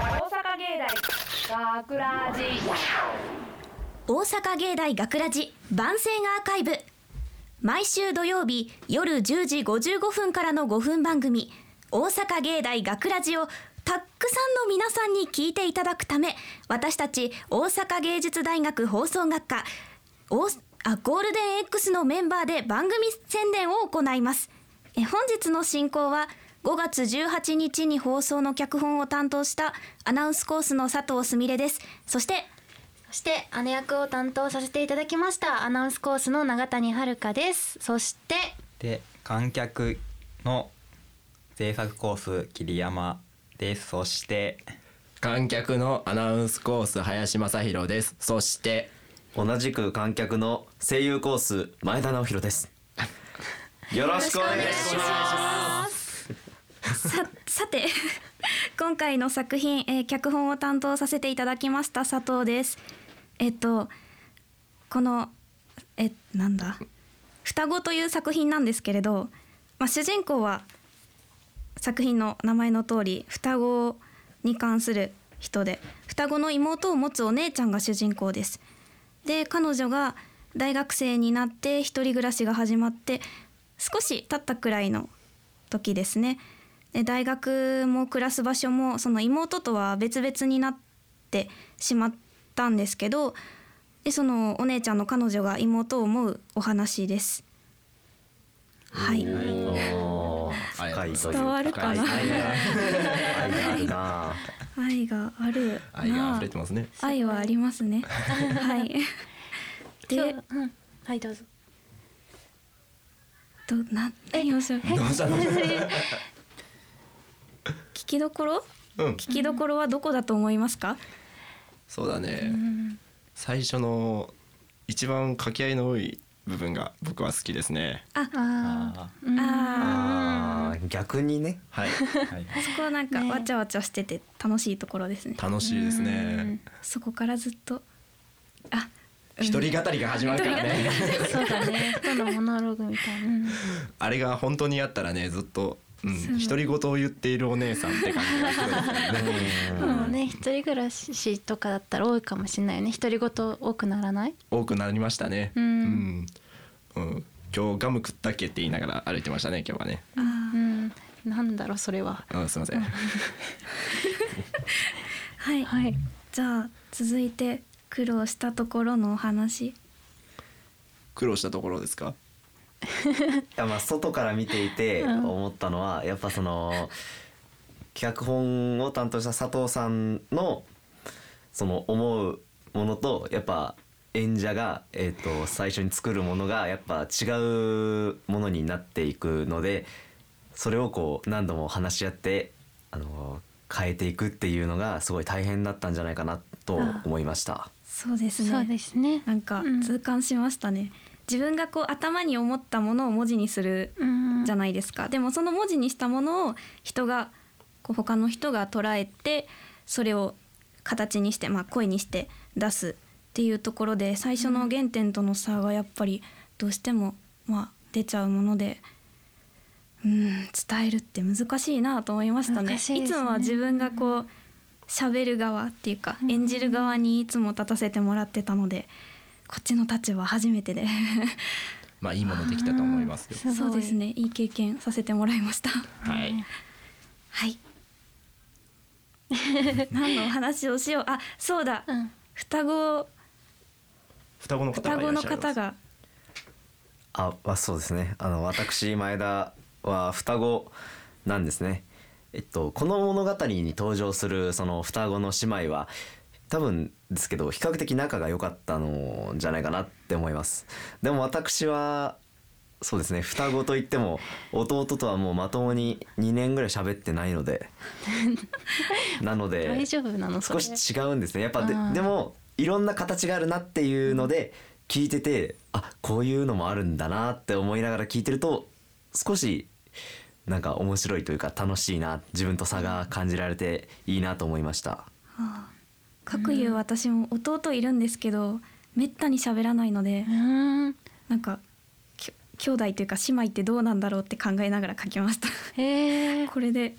芸大学ラジ大阪芸大学ラジ万世アーカイブ毎週土曜日夜10時55分からの5分番組大阪芸大学ラジをたっくさんの皆さんに聞いていただくため私たち大阪芸術大学放送学科おあゴールデン X のメンバーで番組宣伝を行いますえ本日の進行は5月18日に放送の脚本を担当したアナウンスコースの佐藤すみれですそしてそして姉役を担当させていただきましたアナウンスコースの永谷遥ですそしてで観客の制作コース桐山ですそして観客のアナウンスコース林正弘ですそして同じく観客の声優コース前田直弘ですよろしくお願いしますさ さて今回の作品、えー脚本を担当させていただきました佐藤ですえっとこのえなんだ「双子」という作品なんですけれど、まあ、主人公は作品の名前の通り双子に関する人で双子の妹を持つお姉ちゃんが主人公です。で彼女が大学生になって一人暮らしが始まって少し経ったくらいの時ですねで大学も暮らす場所もその妹とは別々になってしまったんですけどでそのお姉ちゃんの彼女が妹を思うお話です。はい、おーは深いいという伝わるかな深い愛があるな愛があるな愛が溢れてますね愛はあります ね。はい。今日で、うん、はいどうぞどな何をしよう。どう したの聞きどころ？うん聞きどころはどこだと思いますか？そうだね最初の一番掛け合いの多い部分が僕は好きですねああーうんああー逆にねはいーはいあ、そこはなんかねわちゃわちゃしてて楽しいところですね。 楽しいですねそこからずっと、あ、うん一人語りが始まるからね そうだね人のモノログみたいなうんあれが本当にあったらねずっとそう独り言を言っているお姉さんって感じがすごいですよねもうね一人暮らしとかだったら多いかもしれないよね独り言多くならない 多くなりましたねううんんうん今日ガム食ったっけって言いながら歩いてましたね今日はねあうんなんだろうそれはうんすいませんはい。はいじゃあ続いて苦労したところのお話。苦労したところですかいやまあ外から見ていて思ったのは、やっぱその脚本を担当した佐藤さんのその思うものとやっぱ演者が、えー、と最初に作るものがやっぱ違うものになっていくのでそれをこう何度も話し合ってあの変えていくっていうのがすごい大変だったんじゃないかなと思いました。そうですね。そうですねなんかうん痛感しましたね。自分がこう頭に思ったものを文字にするうんじゃないですか、でもその文字にしたものを人がこう他の人が捉えてそれを形にして、まあ、声にして出すっていうところで最初の原点との差がやっぱりどうしても、まあ、出ちゃうもので。うん伝えるって難しいなと思いましたね難しいですねつもは自分がこう喋る側っていうか演じる側にいつも立たせてもらってたのでこっちの立場は初めてでまあいいものできたと思いますよご いそうですねいい経験させてもらいました。はい はい。何のお話をしよう。あ、そうだ。うん双子双子の方双がいら子っのしゃいます方があ、まあ、そうですね。あの私前田は双子なんですね。えっとこの物語に登場するその双子の姉妹は多分ですけど比較的仲が良かったのじゃないかなって思います。でも私はそうですね双子といっても弟とはもうまともに2年ぐらい喋ってないのでなので大丈夫なのそ少れし違うんですねやっぱでうんでもいろんな形があるなっていうので聞いててあこういうのもあるんだなって思いながら聞いてると少しなんか面白いというか楽しいな自分と差が感じられていいなと思いました各言う私も弟いるんですけど、めったに喋らないのでう、んなんかきょ兄弟というか姉妹ってどうなんだろうって考えながら書きました。へえこれで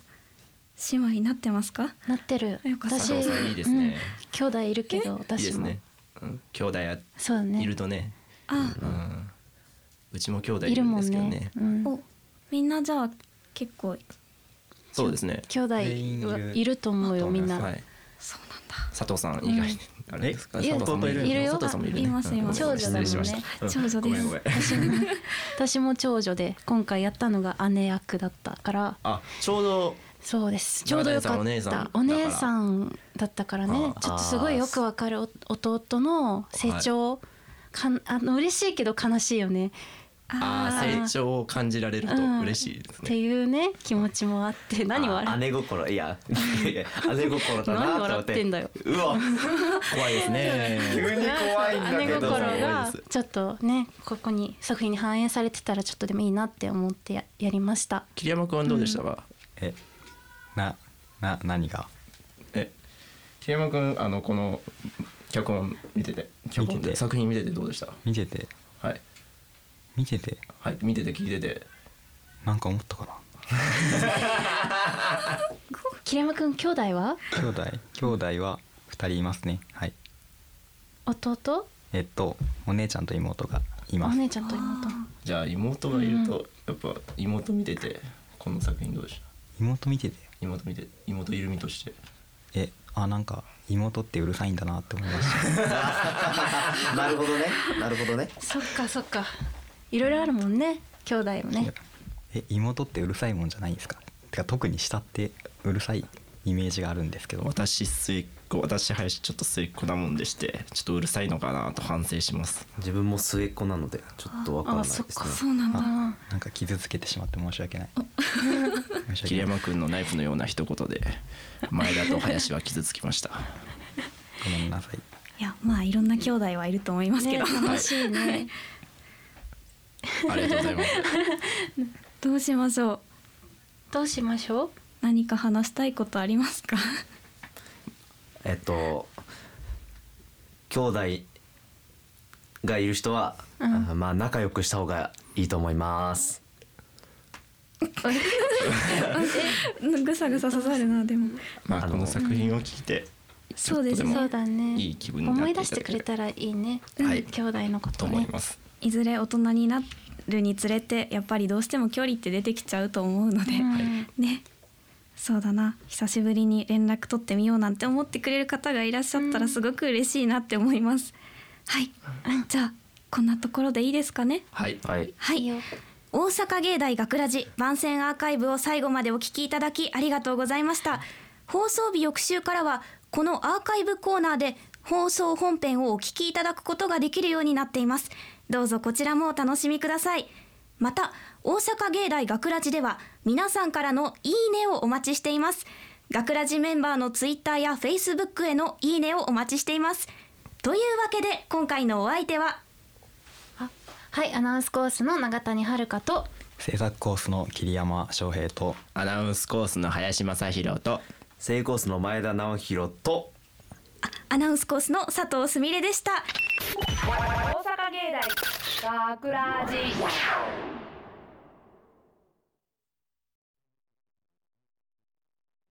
姉妹になってますかなってるよかった私佐藤さんいいですねうん兄弟いるけどいいで私すもね、うん、兄弟やそうだねいるとねあ、うん、うちも兄弟いいるるんもでんすけどねね、うん、おみんなじゃあ結構そうですね兄弟全員いるはいると思うよみんな、はい、そうなんだ佐藤さん以外にあれですか、いや佐藤さんもいるよ佐藤さんもいるねいますいますうん長女だもんね失礼しました長女ですごめんごめん私も私も長女で今回やったのが姉役だったからあちょうどそうですちょうどよかったお姉さんお姉さんだったからねあちょっとすごいよくわかるお弟の成長、かんあの嬉しいけど悲しいよねあーあー成長を感じられると嬉しいですってね、いうね気持ちもあって何をあ笑姉心い やいや姉心だな何と思笑っっててんだようわ怖いですね 急に怖いんだけ姉心どがちょっとねここに作品に反映されてたらちょっとでもいいなって思ってややりました桐山君はどうでしたか、えなな何がえ桐山君あのこの脚本見てて脚本見てでて作品見ててどうでした見ててはい見ててはい見てて聞いててなんか思ったかな桐山くん兄弟は兄弟兄弟は二人いますねはい弟えっとお姉ちゃんと妹がいおます姉ちゃんと妹じゃあ妹がいるとやっぱ妹見ててこの作品どうでした妹見てて妹見て妹いる身としてえあなんか妹ってうるさいんだなって思いましたなるほどねなるほどねそっかそっかいろいろあるもんね兄弟もねえ妹ってうるさいもんじゃないんですかてか特に下ってうるさいイメージがあるんですけど私末っ子私林ちょっと末っ子なもんでしてちょっとうるさいのかなと反省します自分も末っ子なのでちょっとわからないですねあそっかそうなんだあなんか傷つけてしまって申し訳ない申し訳桐ない山君のナイフのような一言で前田と林は傷つきま したごめんなさいいやまあいろんな兄弟はいると思いますけど、ね楽しいねありがとうございますどうしましょうどうしましょう何か話したいことありますか えっと兄弟がいる人は、うんあまあ仲良くした方がいいと思いますぐさぐさ刺さるなでもまああのこの作品を聞いてちょそうっとですでもねそうだねいい気分になって思いいた出だけるしてくれたらいいね、はい兄弟のことと思ねいますいずれ大人になるにつれてやっぱりどうしても距離って出てきちゃうと思うので、うんねそうだな久しぶりに連絡取ってみようなんて思ってくれる方がいらっしゃったらすごく嬉しいなって思います、はいじゃあこんなところでいいですかねはいはいはいいよ大阪芸大学ラジ番宣アーカイブを最後までお聞きいただきありがとうございました放送日翌週からはこのアーカイブコーナーで放送本編をお聞きいただくことができるようになっていますどうぞこちらもお楽しみくださいまた大阪芸大学ラジでは皆さんからのいいねをお待ちしています学ラジメンバーのツイッターやフェイスブックへのいいねをお待ちしていますというわけで今回のお相手はあはいアナウンスコースの永谷遥と制作コースの桐山翔平とアナウンスコースの林正弘と正コースの前田直弘とアナウンスコースの佐藤すみれでした大阪芸大学ラジ